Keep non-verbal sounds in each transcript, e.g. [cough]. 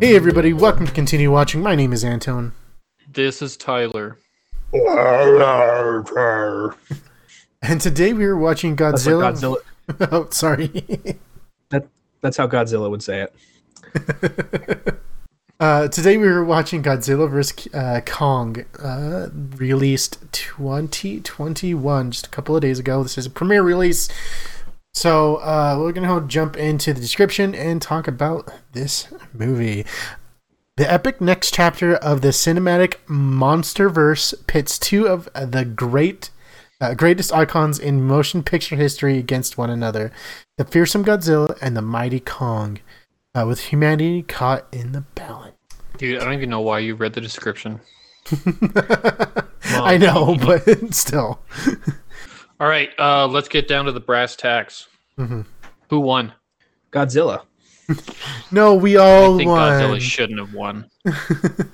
Hey everybody, welcome to Continue Watching. My name is Antone. This is Tyler. Oh, And today we are watching That's like Godzilla. Godzilla. [laughs] oh, sorry. That's how Godzilla would say it. uh, today we are watching Godzilla vs. Uh, Kong, uh, released 2021, just a couple of days ago. This is a premiere release. So uh, we're going to jump into the description and talk about this movie. The epic next chapter of the cinematic monsterverse pits two of the great uh, greatest icons in motion picture history against one another: the fearsome Godzilla and the mighty Kong, uh, with humanity caught in the balance. Dude, I don't even know why you read the description. I know, but [laughs] still, All right, uh, let's get down to the brass tacks. Mhm. Who won? Godzilla. no, we I all think Godzilla won. shouldn't have won.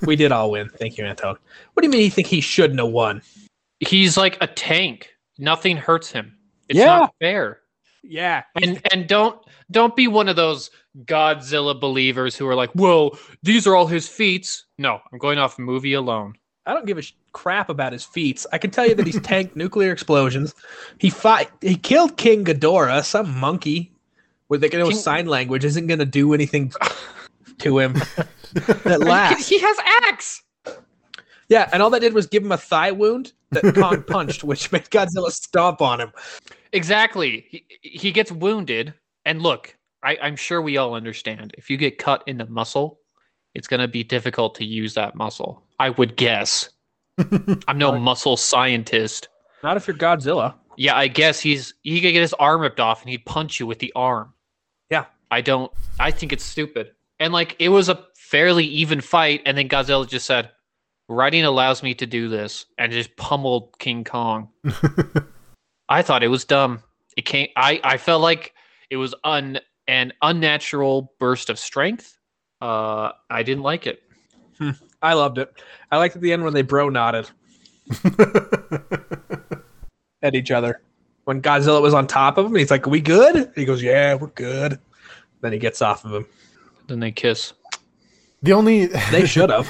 We did all win. Thank you, Anton. What do you mean you think he shouldn't have won? He's like a tank. Nothing hurts him. It's Yeah. not fair. Yeah. And and don't don't be one of those Godzilla believers who are like, "Well, these are all his feats." No, I'm going off movie alone. I don't give a sh- crap about his feats. I can tell you that [laughs] he's tanked nuclear explosions. He fought he killed King Ghidorah, some monkey where they can know King- sign language isn't gonna do [laughs] anything to [laughs] him He, that lasts. he has axe. Yeah, and all that did was give him a thigh wound that Kong punched, which made Godzilla stomp on him. Exactly. He, he gets wounded, and look, I, I'm sure we all understand. If you get cut in the muscle, it's going to be difficult to use that muscle. I would guess. I'm no muscle scientist. Not if you're Godzilla. Yeah, I guess he's he could get his arm ripped off, and he'd punch you with the arm. Yeah. I don't. I think it's stupid. And like, it was a fairly even fight, and then Godzilla just said, "Writing allows me to do this," and just pummeled King Kong. I thought it was dumb. It came. I I felt like it was un an unnatural burst of strength. Uh, I didn't like it. I loved it. I liked at the end when they bro nodded at each other. When Godzilla was on top of him, he's like, "We good?" he goes, "Yeah, we're good." Then he gets off of him. Then they kiss. the [laughs] only, They should have.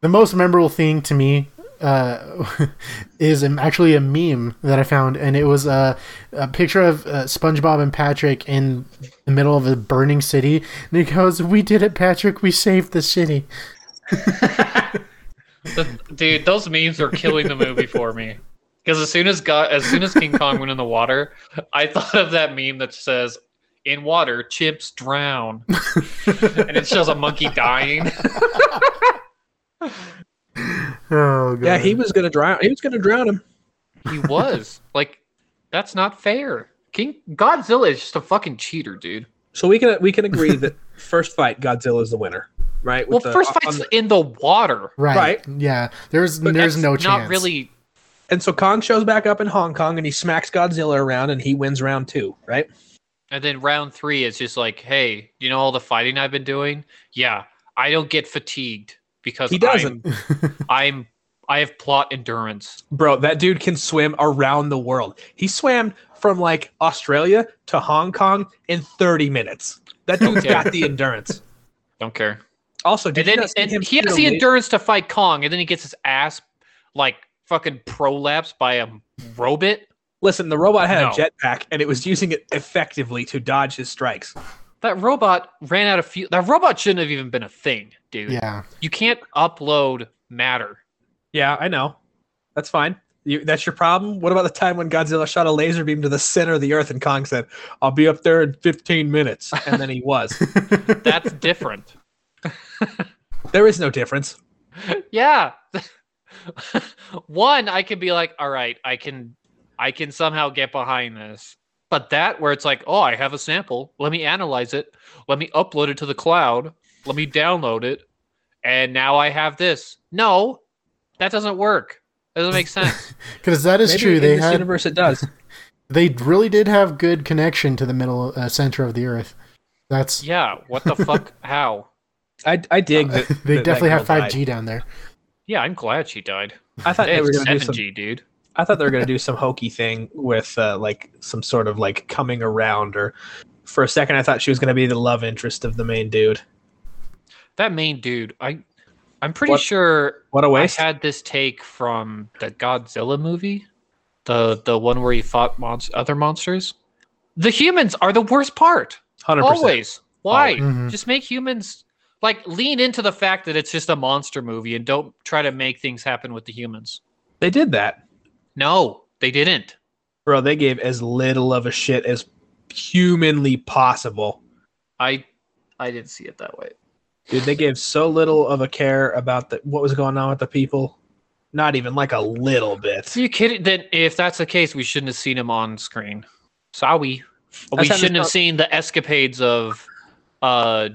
the most memorable thing to me uh, [laughs] is um, actually a meme that I found, and it was uh, a picture of uh, SpongeBob and Patrick in the middle of a burning city, and he goes, "We did it, Patrick! We saved the city." The- dude, those memes are killing the movie for me. Because as soon as God, as soon as King Kong went in the water, I thought of that meme that says, "In water, chimps drown," and it shows a monkey dying. Oh god! Yeah, he was gonna drown. He was gonna drown him. He was like, "That's not fair." King Godzilla is just a fucking cheater, dude. So we can we can agree that first fight Godzilla is the winner, right? Well, With the- first on fight's the- in the water. right. Yeah, there's But there's that's no chance. Not really. and so Kong shows back up in Hong Kong and he smacks Godzilla around and he wins round two, right? And then round three is just like, "Hey, you know all the fighting I've been doing? Yeah, I don't get fatigued because He doesn't, I'm I have plot endurance. bro. That dude can swim around the world. He swam from like Australia to Hong Kong in 30 minutes. That dude's Okay. got the endurance. Don't care. Also, did And you then not see and him he has throw the la- endurance to fight Kong, and then he gets his ass like fucking prolapsed by a robot. Listen, the robot had No. a jetpack and it was using it effectively to dodge his strikes. That robot ran out of fuel. That robot shouldn't have even been a thing, dude. yeah. You can't upload matter. Yeah, I know. That's fine. You, that's your problem. What about the time when Godzilla shot a laser beam to the center of the earth and Kong said, "I'll be up there in 15 minutes," and then he was. [laughs] [laughs] That's different. there is no difference. yeah. [laughs] One, I can be like, all right, I can I can somehow get behind this. But that where it's like, oh, I have a sample. Let me analyze it. Let me upload it to the cloud. Let me download it. And now I have this. No, that doesn't work. That doesn't make [laughs] sense. Because that is Maybe true. In They this had universe, it does. they really did have good connection to the middle uh, center of the earth. That's yeah. What the fuck? How? I, [laughs] I dig that. they that- that definitely have girl five G down there. Yeah, I'm glad she died. died. I thought They they have were going to do 7G, some. dude. I thought they were going to do some hokey thing with uh, like some sort of like coming around, or for a second I thought she was going to be the love interest of the main dude. That main dude, I, I'm pretty What- sure What a I waste. had this take from the Godzilla movie, the the one where he fought monst- other monsters. The humans are the worst part. 100%. Always. Why? Always. Mhm. Just make humans like lean into the fact that it's just a monster movie and don't try to make things happen with the humans. They did that. No, they didn't. Bro, they gave as little of a shit as humanly possible. I I didn't see it that way. Dude, they gave so little of a care about the, what was going on with the people. Not even like a little bit. Are you kidding? Then if that's the case, we shouldn't have seen him on screen. Sorry. But we That's how this shouldn't have felt. seen the escapades of uh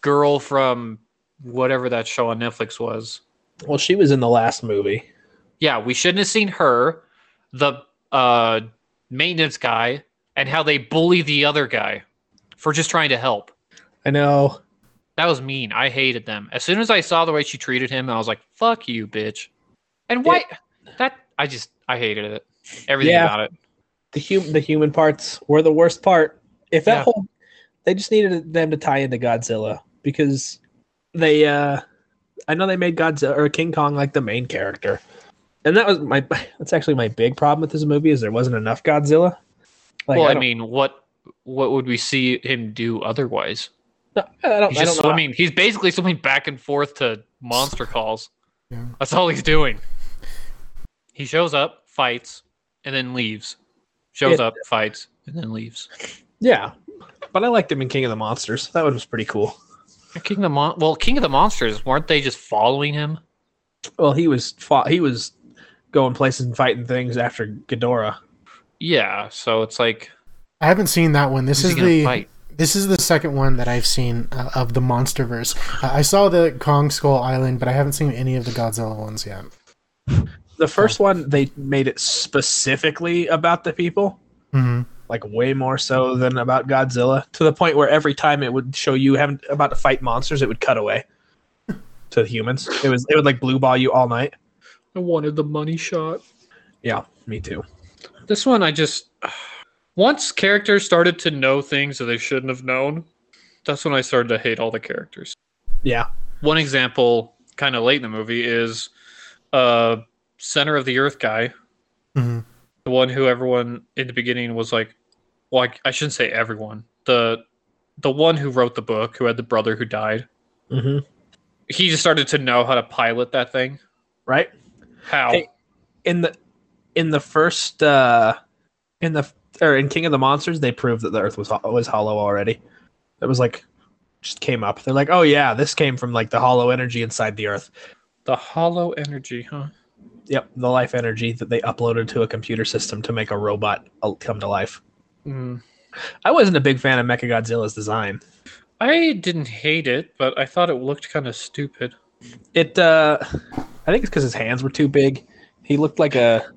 girl from whatever that show on Netflix was. Well, she was in the last movie. Yeah, we shouldn't have seen her, the uh maintenance guy, and how they bully the other guy for just trying to help. I know. That was mean. I hated them. As soon as I saw the way she treated him, I was like, fuck you, bitch. And why that I just I hated it. Everything Yeah. about it. the hum- the human parts were the worst part. If that Yeah. whole they just needed them to tie into Godzilla because they uh I know they made Godzilla or King Kong like the main character. And that was my [laughs] that's actually my big problem with this movie is there wasn't enough Godzilla. Like, well, I, don't- mean, what what would we see him do otherwise? no, I don't, He's Oh, I don't just know. swimming. He's basically swimming back and forth to [laughs] monster calls. Yeah. That's all he's doing. He shows up, fights, and then leaves. Shows Yeah. up, fights, and then leaves. Yeah. But I liked him in King of the Monsters. That one was pretty cool. King of the Mon- well, King of the Monsters weren't they just following him? Well, he was fought, he was going places and fighting things after Ghidorah. Yeah, so it's like I haven't seen that one. This who's is he gonna the fight? this is the second one that I've seen uh, of the MonsterVerse. Uh, I saw the Kong Skull Island, but I haven't seen any of the Godzilla ones yet. The first one they made it specifically about the people. hmm like way more so than about Godzilla to the point where every time it would show you having about to fight monsters, it would cut [laughs] away to humans. It was it would like blue ball you all night. I wanted the money shot. Yeah, me too. This one, I just [sighs] once characters started to know things that they shouldn't have known. That's when I started to hate all the characters. Yeah, One example, kind of late in the movie, is uh, center of the earth guy, hmm the one who everyone in the beginning was like, well, I, I shouldn't say everyone, the the one who wrote the book, who had the brother who died. mm-hmm. He just started to know how to pilot that thing. right. How? Hey. In the in the first uh in the or in King of the Monsters, they proved that the Earth was ho- was hollow already. It was like just came up. They're like, oh yeah, this came from like the hollow energy inside the Earth. The hollow energy, huh? Yep, the life energy that they uploaded to a computer system to make a robot uh, come to life. Mm. I wasn't a big fan of Mechagodzilla's design. I didn't hate it, but I thought it looked kind of stupid. It, uh, I think it's because his hands were too big. He looked like a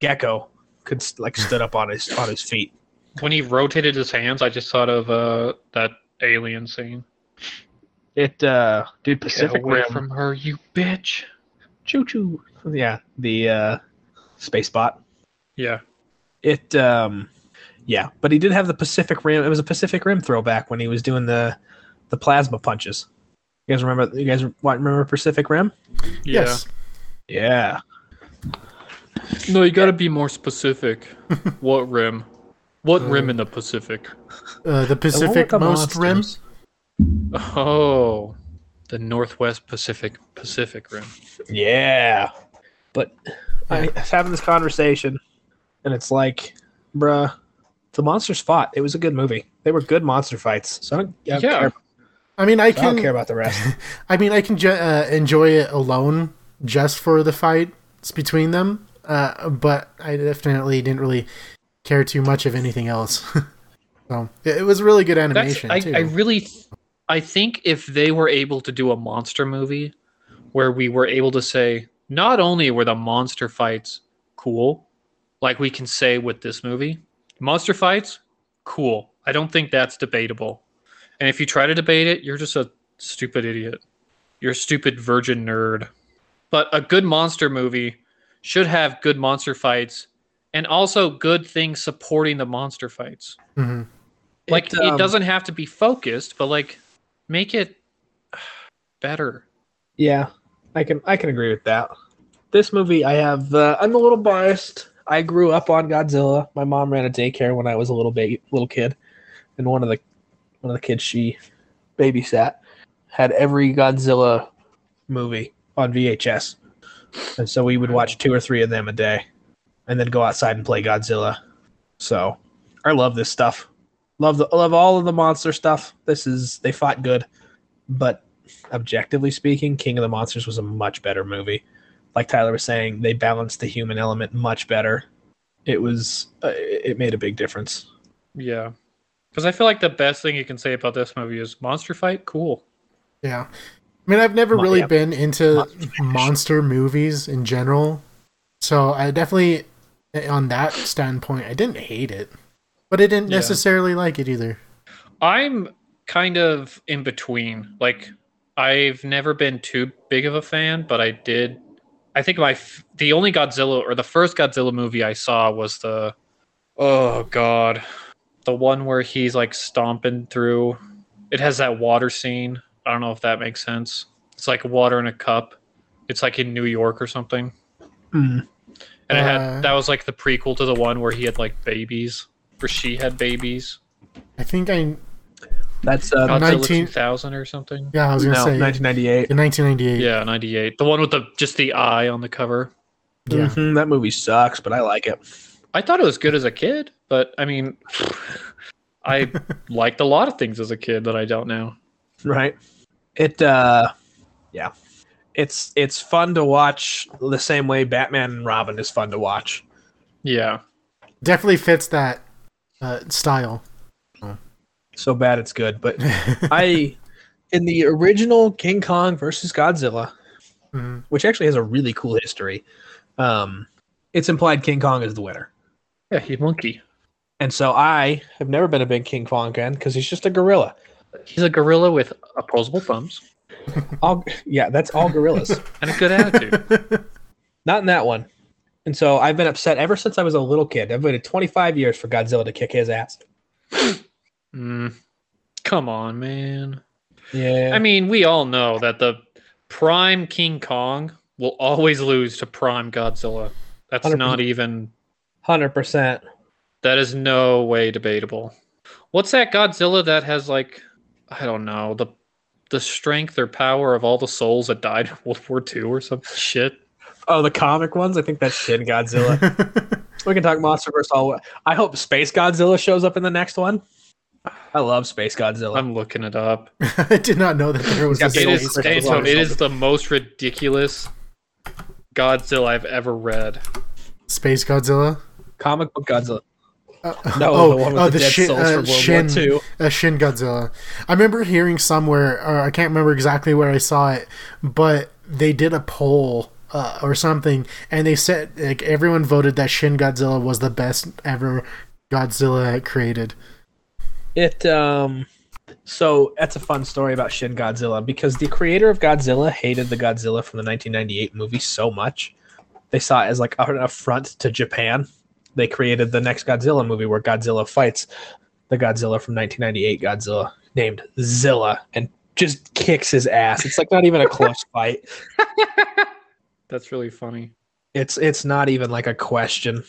gecko could s- like stood up on his on his feet. when he rotated his hands, I just thought of uh, that alien scene. It, uh, dude, Get away from her, you bitch. choo choo. Yeah, the uh, space bot. Yeah. It, um, yeah, but he did have the Pacific Rim. It was a Pacific Rim throwback when he was doing the the plasma punches. You guys remember? You guys wa- remember Pacific Rim? Yes. Yeah. Yeah. No, you got to be more specific. what rim? What rim in the Pacific? Uh, the The one with Pacific the most rim. monsters. Oh, the Northwest Pacific Pacific Rim. Yeah. But I was having this conversation, and it's like, bruh, the monsters fought. It was a good movie. They were good monster fights. So I don't, I don't Yeah. care, I mean, I I don't care can. about the rest. I mean, I can ju- uh, enjoy it alone, just for the fights between them. Uh, but I definitely didn't really care too much of anything else. [laughs] so it it was really good That's animation I, too. I really, I think if they were able to do a monster movie, where we were able to say not only were the monster fights cool, like we can say with this movie, monster fights cool. I don't think that's debatable. And if you try to debate it, you're just a stupid idiot. You're a stupid virgin nerd. But a good monster movie should have good monster fights and also good things supporting the monster fights Mhm. like [laughs] it, um, doesn't have to be focused but like make it [sighs] better. Yeah, I can I can agree with that. This movie, I have uh, I'm a little biased. I grew up on Godzilla. My mom ran a daycare when I was a little ba- little kid, and one of the one of the kids she babysat had every Godzilla movie on VHS, and so we would watch two or three of them a day, and then go outside and play Godzilla. So I love this stuff. Love the love all of the monster stuff. This is they fought good, but objectively speaking, King of the Monsters was a much better movie. Like Tyler was saying, they balanced the human element much better. It was uh, it made a big difference. Yeah. Because I feel like the best thing you can say about this movie is monster fight, cool. Yeah. I mean, I've never Mon- really yeah. been into Monster monster movies in general. So I definitely, eh, on that standpoint, I didn't hate it. But I didn't Yeah. necessarily like it either. I'm kind of in between. Like, I've never been too big of a fan, but I did. I think my f- the only Godzilla or the first Godzilla movie I saw was the oh god, the one where he's like stomping through. It has that water scene. I don't know if that makes sense. It's like water in a cup. It's like in New York or something. Hmm. And Uh. it had that was like the prequel to the one where he had like babies, where she had babies. I think I, That's uh, Godzilla 19 2000 or something. yeah, I was going to no, say 1998. in 1998. Yeah, 98. The one with the just the eye on the cover. Yeah. Mhm, that movie sucks, but I like it. I thought it was good as a kid, but I mean [laughs] I liked a lot of things as a kid that I don't now. Right? It uh, yeah, it's it's fun to watch the same way Batman and Robin is fun to watch. Yeah. Definitely fits that uh, style. So bad it's [laughs] good, but I in the original King Kong versus Godzilla, Mhm. which actually has a really cool history. Um, it's implied King Kong is the winner, Yeah, he's a monkey. and so I have never been a big King Kong fan because he's just a gorilla. He's a gorilla with opposable thumbs All [laughs] yeah, that's all [laughs] gorillas, and a [laughs] good attitude. not in that one. And so I've been upset ever since I was a little kid. I've waited 25 years for Godzilla to kick his ass. Mm. Come on, man. Yeah, I mean, we all know that the prime King Kong will always lose to prime Godzilla. That's 100%. not even hundred percent. That is no way debatable. What's that Godzilla that has like I don't know, the the strength or power of all the souls that died in [laughs] World War II or some shit? Oh, the comic ones. I think that's Shin Godzilla. [laughs] we can talk MonsterVerse all. I hope Space Godzilla shows up in the next one. I love Space Godzilla. I'm looking it up. I did not know that there was Yeah, a it It stage is for Christmas Anton, Godzilla. it is the most ridiculous Godzilla I've ever read. Space Godzilla. comic book Godzilla. Uh, No, the one with oh, the, dead Shin- souls uh, from World Shin- War II. uh, Shin Godzilla. I remember hearing somewhere, or I can't remember exactly where I saw it, but they did a poll uh, or something, and they said like everyone voted that Shin Godzilla was the best ever Godzilla created. It um so that's a fun story about Shin Godzilla because the creator of Godzilla hated the Godzilla from the 1998 movie so much. They saw it as like an affront to Japan. They created the next Godzilla movie where Godzilla fights the Godzilla from 1998 Godzilla named Zilla and just kicks his ass. It's like not even a close [laughs] fight. That's really funny. It's it's not even like a question.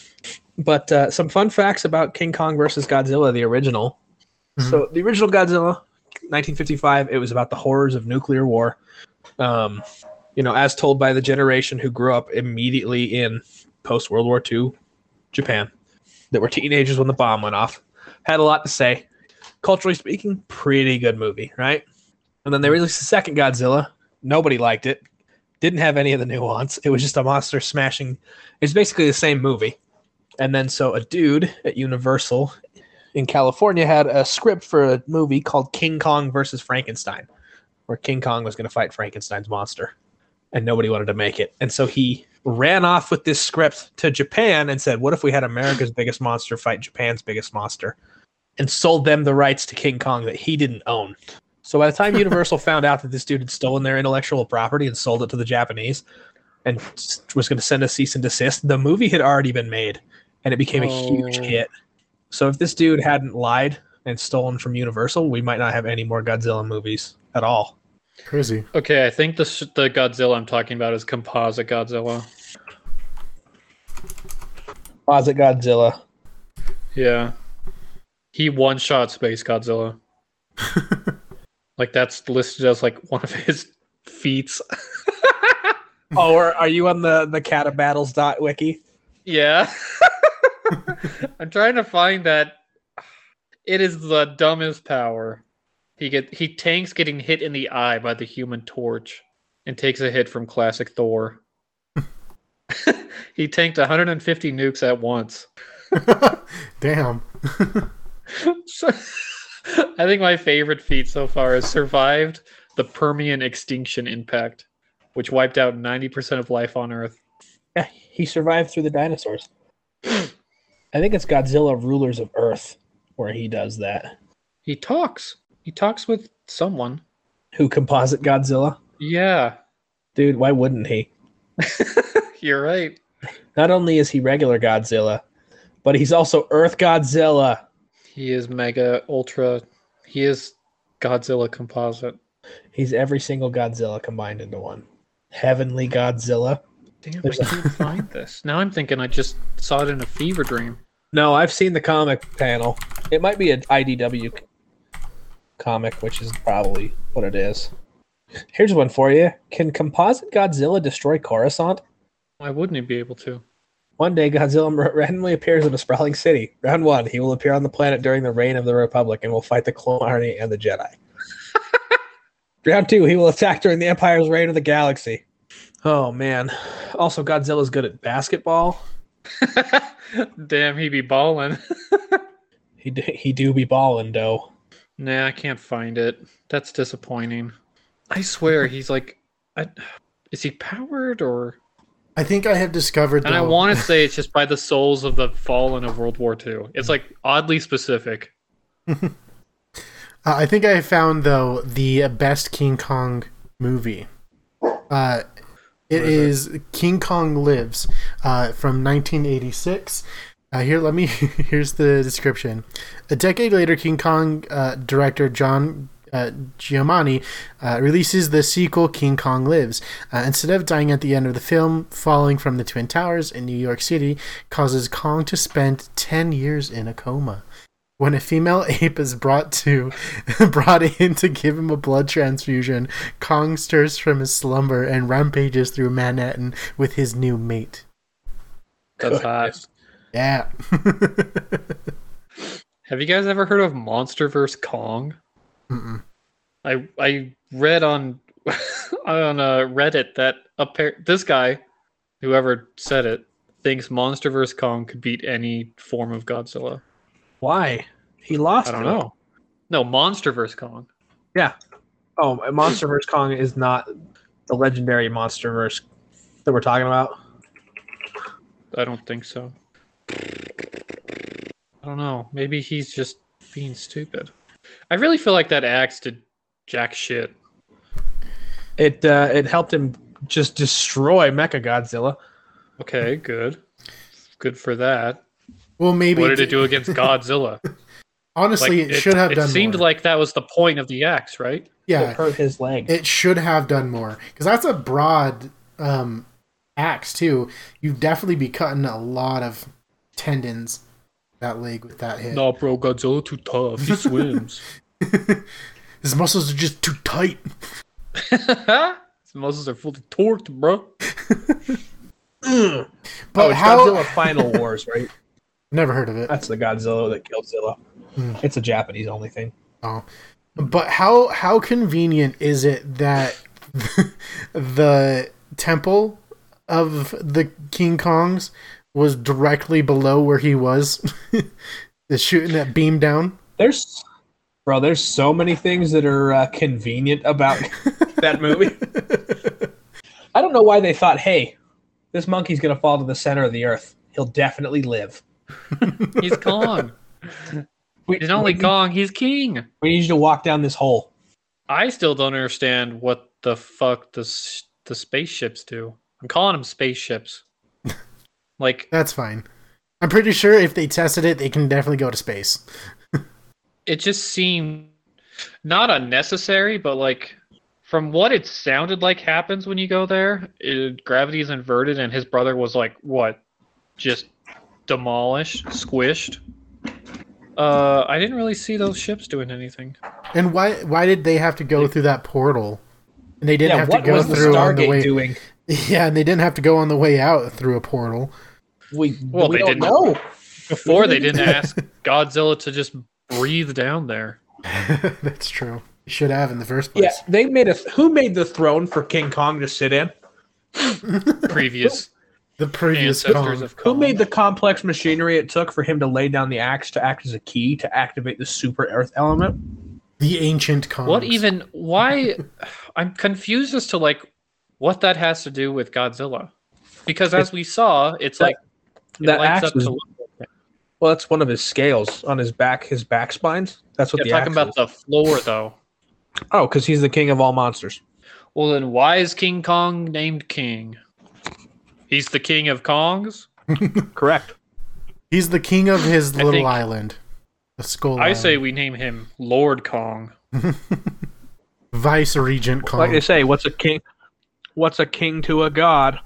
But uh, some fun facts about King Kong versus Godzilla, the original. Mhm. So the original Godzilla, 1955, it was about the horrors of nuclear war. Um, you know, as told by the generation who grew up immediately in post World War II Japan, that were teenagers when the bomb went off, had a lot to say. Culturally speaking, pretty good movie, right? And then they released the second Godzilla. Nobody liked it. Didn't have any of the nuance. It was just a monster smashing. It's basically the same movie. And then so a dude at Universal in California had a script for a movie called King Kong versus Frankenstein, where King Kong was going to fight Frankenstein's monster, and nobody wanted to make it. And so he ran off with this script to Japan and said, "What if we had America's biggest monster fight Japan's biggest monster?" And sold them the rights to King Kong that he didn't own. So by the time Universal found out that this dude had stolen their intellectual property and sold it to the Japanese and s- was going to send a cease and desist, the movie had already been made and it became a huge Oh. hit. So if this dude hadn't lied and stolen from Universal, we might not have any more Godzilla movies at all. Crazy. [laughs] Okay, I think the sh- the Godzilla I'm talking about is composite Godzilla. Closet Godzilla. Yeah, he one shot Space Godzilla. like that's listed as like one of his [laughs] feats. Oh, or are you on the the cat of battles dot wiki? Yeah. [laughs] I'm trying to find that. It is the dumbest power. He get he tanks getting hit in the eye by the Human Torch, and takes a hit from classic Thor. [laughs] he tanked 150 nukes at once. [laughs] Damn. So- I think my favorite feat so far is survived the Permian extinction impact, which wiped out 90% of life on Earth. Yeah, he survived through the dinosaurs. I think it's Godzilla Rulers of Earth where he does that. He talks. He talks with someone. Who composite Godzilla? Yeah, Dude, why wouldn't he? you're right. Not only is he regular Godzilla, but he's also Earth Godzilla. He is mega ultra. He is Godzilla composite. He's every single Godzilla combined into one. Heavenly Godzilla. Damn, I There's a- can't find this. Now I'm thinking I just saw it in a fever dream. No, I've seen the comic panel. It might be an IDW c- comic, which is probably what it is. Here's one for you. Can composite Godzilla destroy Coruscant? Why wouldn't he be able to? [laughs] One day, Godzilla [laughs] m- randomly appears in a sprawling city. Round one, he will appear on the planet during the reign of the Republic and will fight the Clone Army and [laughs] the Jedi. Round two, he will attack during the Empire's reign of the galaxy. Oh man! Also, Godzilla's good at basketball. Damn, he be balling. [laughs] He d- he do be ballin' though. Nah, I can't find it. That's disappointing. I [laughs] swear he's like, I, is he powered or? I think I have discovered. And I though- [laughs] want to say it's just by the souls of the fallen of World War II. It's like oddly specific. Uh, I think I found though the best King Kong movie. Uh, it What is is, King Kong Lives uh, from 1986. Uh, here, let me. [laughs] here's the description. A decade later, King Kong uh, director John uh, Giamatti uh, releases the sequel King Kong Lives. Uh, instead of dying at the end of the film, falling from the Twin Towers in New York City causes Kong to spend 10 years in a coma. When a female [laughs] ape is brought to [laughs] brought in to give him a blood transfusion, Kong stirs from his slumber and rampages through Manhattan with his new mate. That's Good. hot. Yeah. [laughs] Have you guys ever heard of MonsterVerse Kong? Mm-mm. I I read on [laughs] on uh, Reddit that appar- this guy, whoever said it, thinks MonsterVerse Kong could beat any form of Godzilla. Why? He lost. I don't to it. know. No, MonsterVerse Kong. Oh, MonsterVerse Kong is not the legendary MonsterVerse that we're talking about. I don't think so. I don't know. Maybe he's just being stupid. I really feel like that axe did jack shit. It uh, it helped him just destroy Mecha Godzilla. Okay, good. Good for that. Well, maybe. What did it do against Godzilla? [laughs] Honestly, Like, it, should have it done. seemed more. like that was the point of the axe, right? It yeah, hurt his leg. it should have done more because that's a broad um, axe too. You'd definitely be cutting a lot of tendons that leg with that hit. No, bro, Godzilla too tough. [laughs] He swims. His muscles are just too tight. Oh, His muscles are fully torqued, bro. But oh, it's how? Godzilla Final Wars, right? Never heard of it. That's the Godzilla that killed Zilla. Hmm. It's a Japanese only thing. Um, But how how convenient is it that [laughs] the temple of the King Kongs was directly below where he was, [laughs] is shooting that beam [laughs] down? There's, bro. There's so many things that are uh, convenient about [laughs] that movie. I don't know why they thought, hey, this monkey's gonna fall to the center of the earth. He'll definitely live. He's Kong. We, He's not only [laughs] we- Kong, he's king. we need you to walk down this hole. I still don't understand what the fuck the s- the spaceships do. I'm calling them [laughs] spaceships. like That's fine. I'm pretty sure if they tested it, they can definitely go to space. it just seemed not unnecessary, but like From what it sounded like happens when you go there, it, gravity is inverted, and his brother was like what, just demolished, squished. Uh, I didn't really see those ships doing anything. And why why did they have to go through that portal? And they didn't yeah, have to what go was the through on the Stargate way. doing? [laughs] Yeah, and they didn't have to go on the way out through a portal. [laughs] We, Well, we they don't didn't. know. Before they didn't ask Godzilla to just breathe down there. That's true. You should have in the first Yeah, place. they made a. Who made the throne for King Kong to sit in? Previous The previous ancestors Kong. of Who Kong. made the complex machinery it took for him to lay down the axe to act as a key to activate the super earth element? the ancient Kong. What even? Why? [sighs] I'm confused as to like what that has to do with Godzilla, because as we saw, it's That- like it that lights axe up was- to. Well, that's one of his scales on his back, his back spines. That's what They're the talking axe about the floor though. is. Oh, because he's the king of all monsters. Well, then why is King Kong named King? He's the king of Kongs. Correct. He's the king of his I little think- island. The skull. I say Island. we name him Lord Kong. Vice Regent Kong. Like they say, what's a king? What's a king to a god?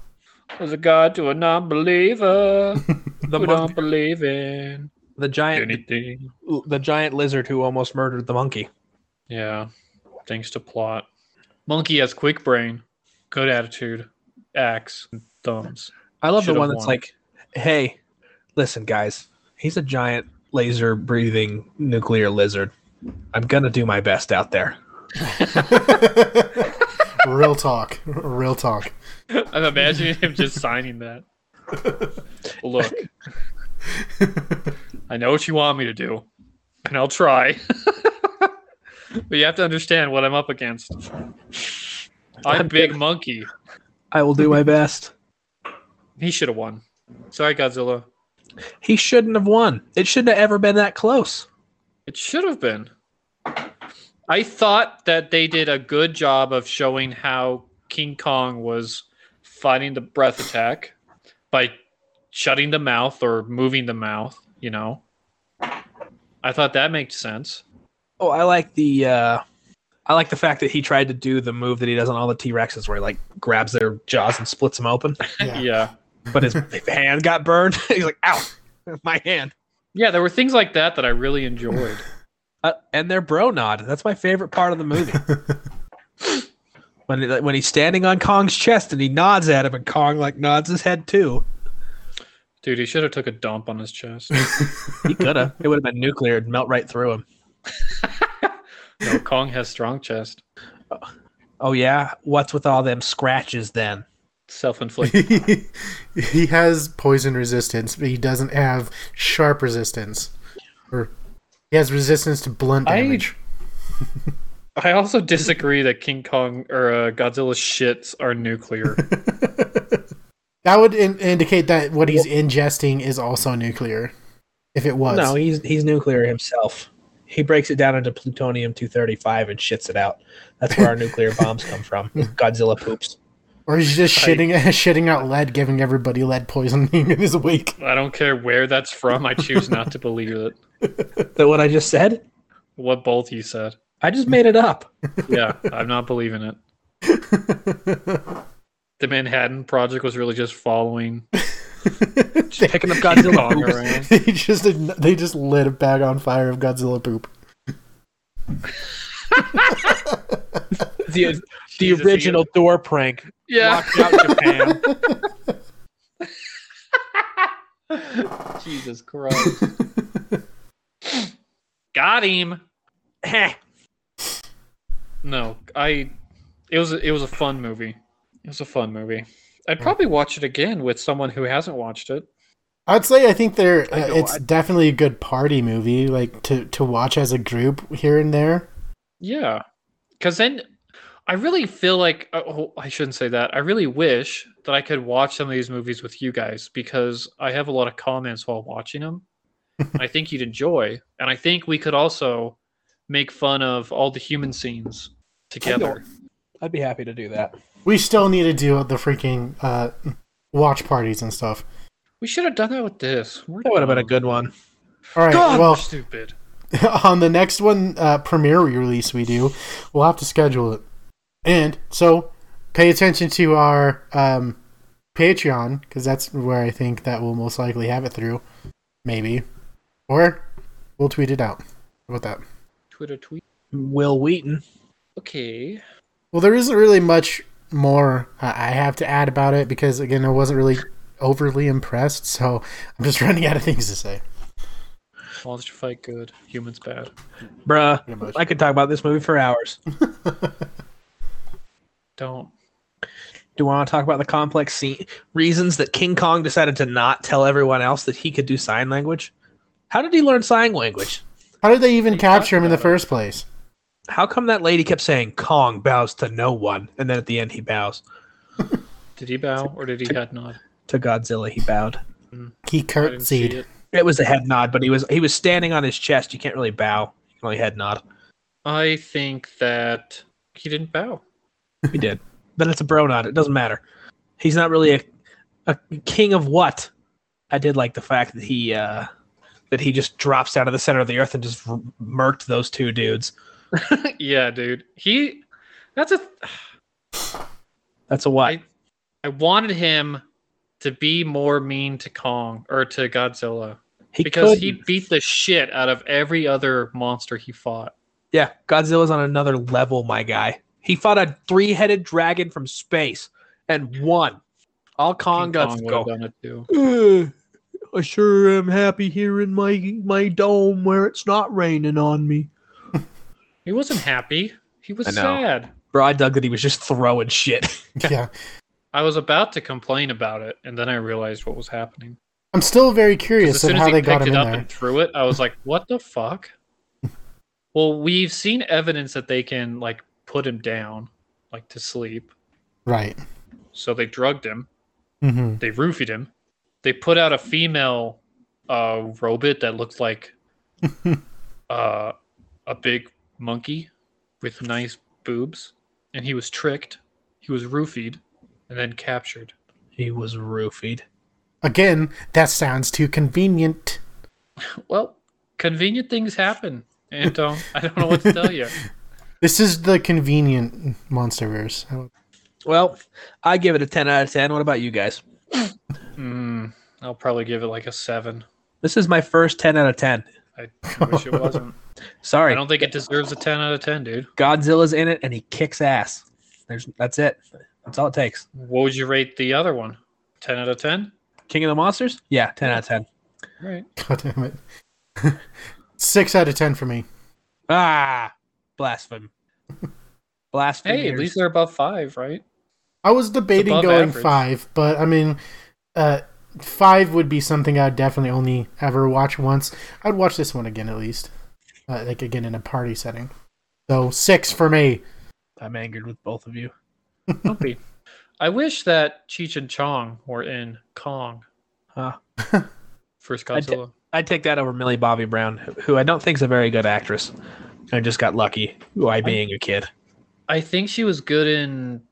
Was a god to a [laughs] non-believer The who mon- don't believe in the giant, anything. the giant lizard who almost murdered the monkey. Yeah, thanks to plot. Monkey has quick brain, good attitude, axe, and thumbs. I love Should've the one that's won. like, "Hey, listen, guys, he's a giant laser-breathing nuclear lizard. I'm gonna do my best out there." [laughs] Real talk. Real talk. [laughs] I'm imagining him just signing that. [laughs] Look, I know what you want me to do, and I'll try. [laughs] but you have to understand what I'm up against. I'm Big Monkey. I [laughs] will do my best. He should have won. Sorry, Godzilla. He shouldn't have won. It shouldn't have ever been that close. It should have been. I thought that they did a good job of showing how King Kong was fighting the breath attack by shutting the mouth or moving the mouth, you know. I thought that makes sense. Oh, I like the uh I like the fact that he tried to do the move that he does on all the T Rexes, where he like grabs their jaws and splits them open, Yeah. yeah. [laughs] but his hand got burned. [laughs] He's like, "Ow, my hand!" Yeah, there were things like that that I really enjoyed. Uh, and their bro nod. That's my favorite part of the movie. when it- when he's standing on Kong's chest and he nods at him, and Kong like nods his head too. Dude, he should have took a dump on his chest. He coulda. it would have been nuclear. It'd melt right through him. No, Kong has strong chest. Oh yeah, what's with all them scratches then? Self-inflicted. he, he has poison resistance, but he doesn't have sharp resistance. Or he has resistance to blunt I- damage. I also disagree that King Kong or uh, Godzilla shits are nuclear. that would in- indicate that what he's ingesting is also nuclear. If it was, No, he's he's nuclear himself. He breaks it down into plutonium two thirty five and shits it out. That's where our nuclear bombs come from. Godzilla poops. or he's just I- shitting [laughs] shitting out lead, giving everybody lead poisoning [laughs] in his wake. I don't care where that's from. I choose not to believe it. That what I just said? What both you said. I just made it up. Yeah, I'm not believing it. The Manhattan Project was really just following they, Picking up Kong Godzilla. [laughs] around. they just they just lit a bag on fire of Godzilla poop. [laughs] the, the Jesus, original door prank. Yeah. Locked out Japan. Jesus Christ. Got him. Heh. No, I. It was it was a fun movie. It was a fun movie. I'd probably watch it again with someone who hasn't watched it. I'd say I think they're. I Uh, know, it's I- definitely a good party movie, like to to watch as a group here and there. Yeah. Because then I really feel like, oh, I shouldn't say that. I really wish that I could watch some of these movies with you guys because I have a lot of comments while watching [laughs] them. I think you'd enjoy. And I think we could also make fun of all the human scenes together. I'd be happy to do that. We still need to do the freaking uh, watch parties and stuff. We should have done that with this. We're That would have been a dumb. good one. All right. God, we're Well, stupid. [laughs] on the next one uh, premiere release we do, we'll have to schedule it. And so, pay attention to our um, Patreon because that's where I think that we'll most likely have it through, maybe, or we'll tweet it out. How about that? Twitter tweet. Will Wheaton. Okay. Well, there isn't really much more I I have to add about it because again, I wasn't really overly impressed, so I'm just [laughs] running out of things to say. Monster fight good. Humans bad. Pretty Bruh, much. I could talk about this movie for hours. Don't. Do you want to talk about the complex scene reasons that King Kong decided to not tell everyone else that he could do sign language? How did he learn sign language? How did they even You capture him in the talked about first place? How come that lady kept saying Kong bows to no one, and then at the end he bows Did he bow or did he head nod? to Godzilla? He bowed. He I didn't see curtsied. it. It was a head nod, but he was he was standing on his chest. You can't really bow. You can only head nod. I think that he didn't bow. He did. then it's a bro nod. It doesn't matter. He's not really a, a king of what. I did like the fact that he uh, that he just drops down to the center of the earth and just r- murked those two dudes. yeah, dude. He. That's a. That's a what. I- I wanted him to be more mean to Kong or to Godzilla He because could. he beat the shit out of every other monster he fought. yeah, Godzilla's on another level, my guy. He fought a three-headed dragon from space and won. All Kong King got Kong to would go. have done it too. Uh, I sure am happy here in my my dome where it's not raining on me. He wasn't happy. He was I know. sad. Bro, I dug that he was just throwing shit. [laughs] [laughs] Yeah. I was about to complain about it, and then I realized what was happening. I'm still very 'Cause curious as of soon as how he they picked got him it in up there. and threw it, I was like, "What [laughs] the fuck?" well, we've seen evidence that they can like put him down, like to sleep. Right. So they drugged him. hmm they roofied him. They put out a female uh, robot that [laughs] looked like uh, a big monkey with nice boobs, and he was tricked. He was roofied, and then captured. He was roofied. Again, that sounds too convenient. Well, convenient things happen, Anton. I don't know what to tell you. [laughs] This is the convenient MonsterVerse. Oh, Well, I give it a 10 out of 10. What about you guys? Mm, I'll probably give it like [laughs] a seven. This is my first 10 out of 10. I wish it wasn't. I Sorry. don't think it deserves a ten out of ten, dude. Godzilla's in it and he kicks ass. There's that's it. That's all it takes. What would you rate the other one? Ten out of ten. King of the Monsters? Yeah, 10 out of 10. Right. God damn it. [laughs] Six out of ten for me. Ah, blasphemy. Blasphemy. Hey, at least they're above five, [laughs] right? I was debating above going average. five, but I mean, uh, five would be something I'd definitely only ever watch once. I'd watch this one again at least, uh, like again in a party setting. So six for me. I'm angered with both of you. Don't be. I wish that Cheech and Chong were in Kong. Huh. [laughs] First I d- Godzilla. I'd take that over Millie Bobby Brown, who- who I don't think is a very good actress. I just got lucky, I being a kid. I, think she was good in.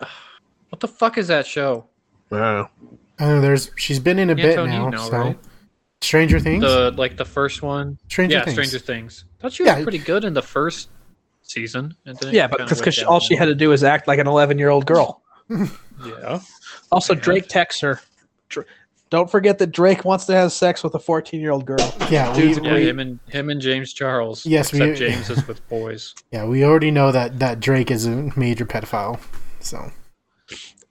[sighs] What the fuck is that show? I don't know. I know Uh, there's she's been in a bit now. Antonio, no, so right? Stranger Things. The like the first one. Stranger yeah, Things. Stranger Things. Thought she was Yeah. pretty good in the first season. And then it Yeah, but kinda went because down all she had to do was act like an 11 year old girl. down. Yeah. Also, Yeah. Drake texts her. Dr- don't forget that Drake wants to have sex with a 14 year old girl. Yeah, we, Dudes Yeah, we- him and him and James Charles. Yes, we- except James [laughs] is with boys. yeah, we already know that that Drake is a major pedophile. So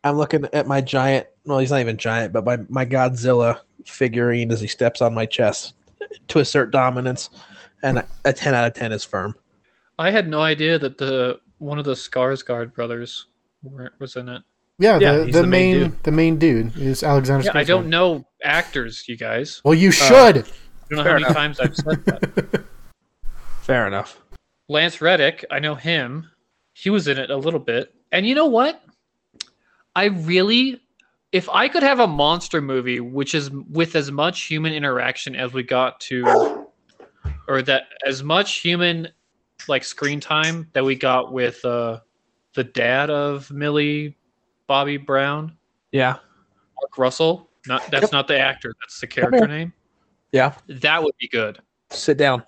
I'm looking at my giant, well, he's not even giant, but my, my Godzilla figurine as he steps on my chest to assert dominance. And a 10 out of 10 is firm. I had no idea that the one of the Skarsgård brothers were, was in it. yeah, Yeah, the, he's the, the main, main the main dude is Alexander. Yeah, I Skarsgård. don't know actors, you guys. Well, Uh, you [laughs] should. I don't know Fair how many enough. times I've said that. Fair enough. Lance Reddick, I know him. He was in it a little bit. And you know what? I really if I could have a monster movie which is with as much human interaction as we got to or that as much human like screen time that we got with uh the dad of Millie Bobby Brown, Yeah. Mark Russell. Not that's Yep. not the actor, that's the character name. Yeah. That would be good. Sit down.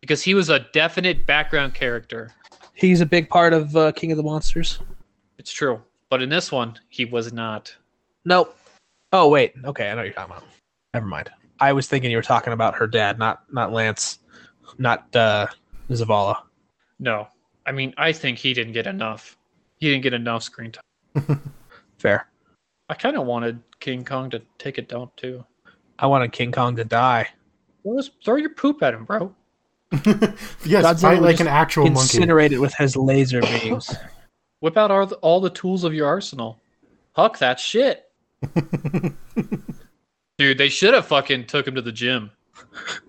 because he was a definite background character He's a big part of uh, King of the Monsters. It's true. But in this one, he was not. Nope. Oh wait. Okay, I know what you're talking about. Never mind. I was thinking you were talking about her dad, not not Lance, not uh, Zavala. No. I mean, I think he didn't get enough. He didn't get enough screen time. Fair. I kind of wanted King Kong to take a dump too. I wanted King Kong to die. Well, just throw your poop at him, bro. yes, Godzilla fight like just an actual monkey. Incinerate it with his laser beams. Whip out all the, all the tools of your arsenal. Huck that [laughs] shit. Dude, they should have fucking took him to the [laughs] gym. That's,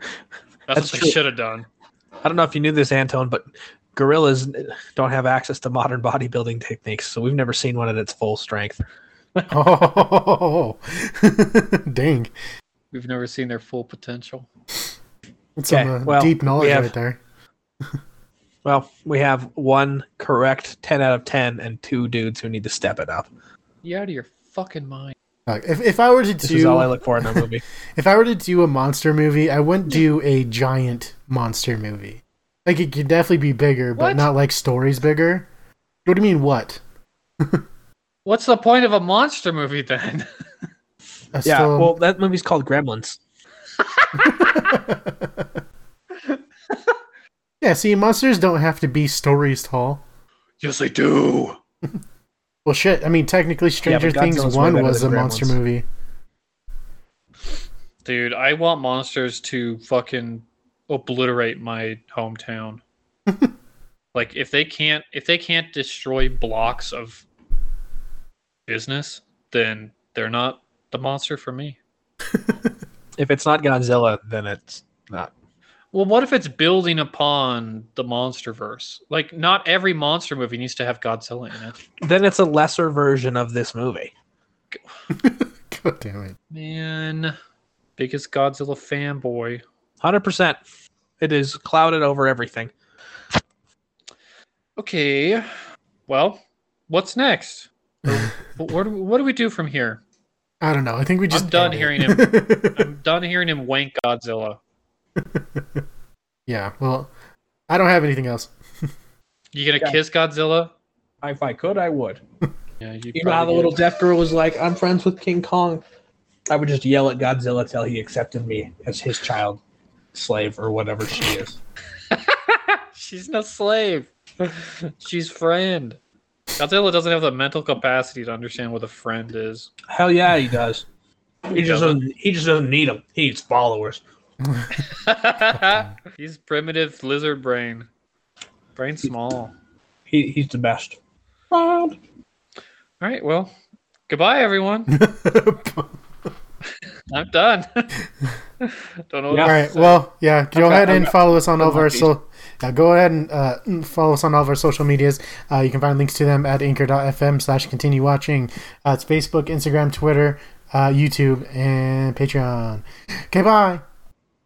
That's what true. they should have done. I don't know if you knew this, Anton, but gorillas don't have access to modern bodybuilding techniques, so we've never seen one at its full strength. [laughs] oh, [laughs] dang! We've never seen their full potential. That's Okay, some uh, well, deep knowledge we have- right there. Well, we have one correct 10 out of 10 and two dudes who need to step it up. You out of your fucking mind. Uh, If, if I were to This do is all I look for [laughs] in a movie. If I were to do a monster movie, I wouldn't do a giant monster movie. Like it could definitely be bigger, but What? not like stories bigger. What do you mean? What? What's the point of a monster movie then? I yeah, still- well, that movie's called Gremlins. yeah. See, monsters don't have to be stories tall. yes, they do. Well, shit. I mean, technically, Stranger Godzilla's Things way One better was a than monster Gremlins. movie. [laughs] Dude, I want monsters to fucking obliterate my hometown. like if they can't if they can't destroy blocks of business, then they're not the monster for me. If it's not Godzilla, then it's not. Well, what if it's building upon the monster verse? Like not every monster movie needs to have Godzilla in it. Then it's a lesser version of this movie. God damn it! Man, biggest Godzilla fanboy. 100%. It is clouded over everything. Okay. Well, what's next? Or wh- what, do we, what do we do from here? I don't know. I think we just done end [laughs] hearing it. I'm done hearing him wank Godzilla. yeah. Well, I don't have anything else. You gonna Yeah. kiss Godzilla? If I could, I would. Yeah, you, You know how the probably [laughs] little would. deaf girl was like, I'm friends with King Kong. I would just yell at Godzilla till he accepted me as his child slave or whatever she is. She's no slave. [laughs] She's friend. Godzilla doesn't have the mental capacity to understand what a friend [laughs] is. Hell yeah, he does. He just doesn't. doesn't he just doesn't need them. He needs followers. He's primitive lizard brain. Brain small. He, he's the best. Round. All right, well, goodbye, [laughs] everyone. I'm [laughs] done. Don't know. what Yeah. All right. Well, yeah. Go Okay, ahead I'm and not- follow us on all of our not these. so. Yeah, go ahead and uh, mm, follow us on all of our social medias. Uh, you can find links to them at anchor.fm slash continue watching. Uh, it's Facebook, Instagram, Twitter, uh, YouTube, and Patreon. Okay, bye.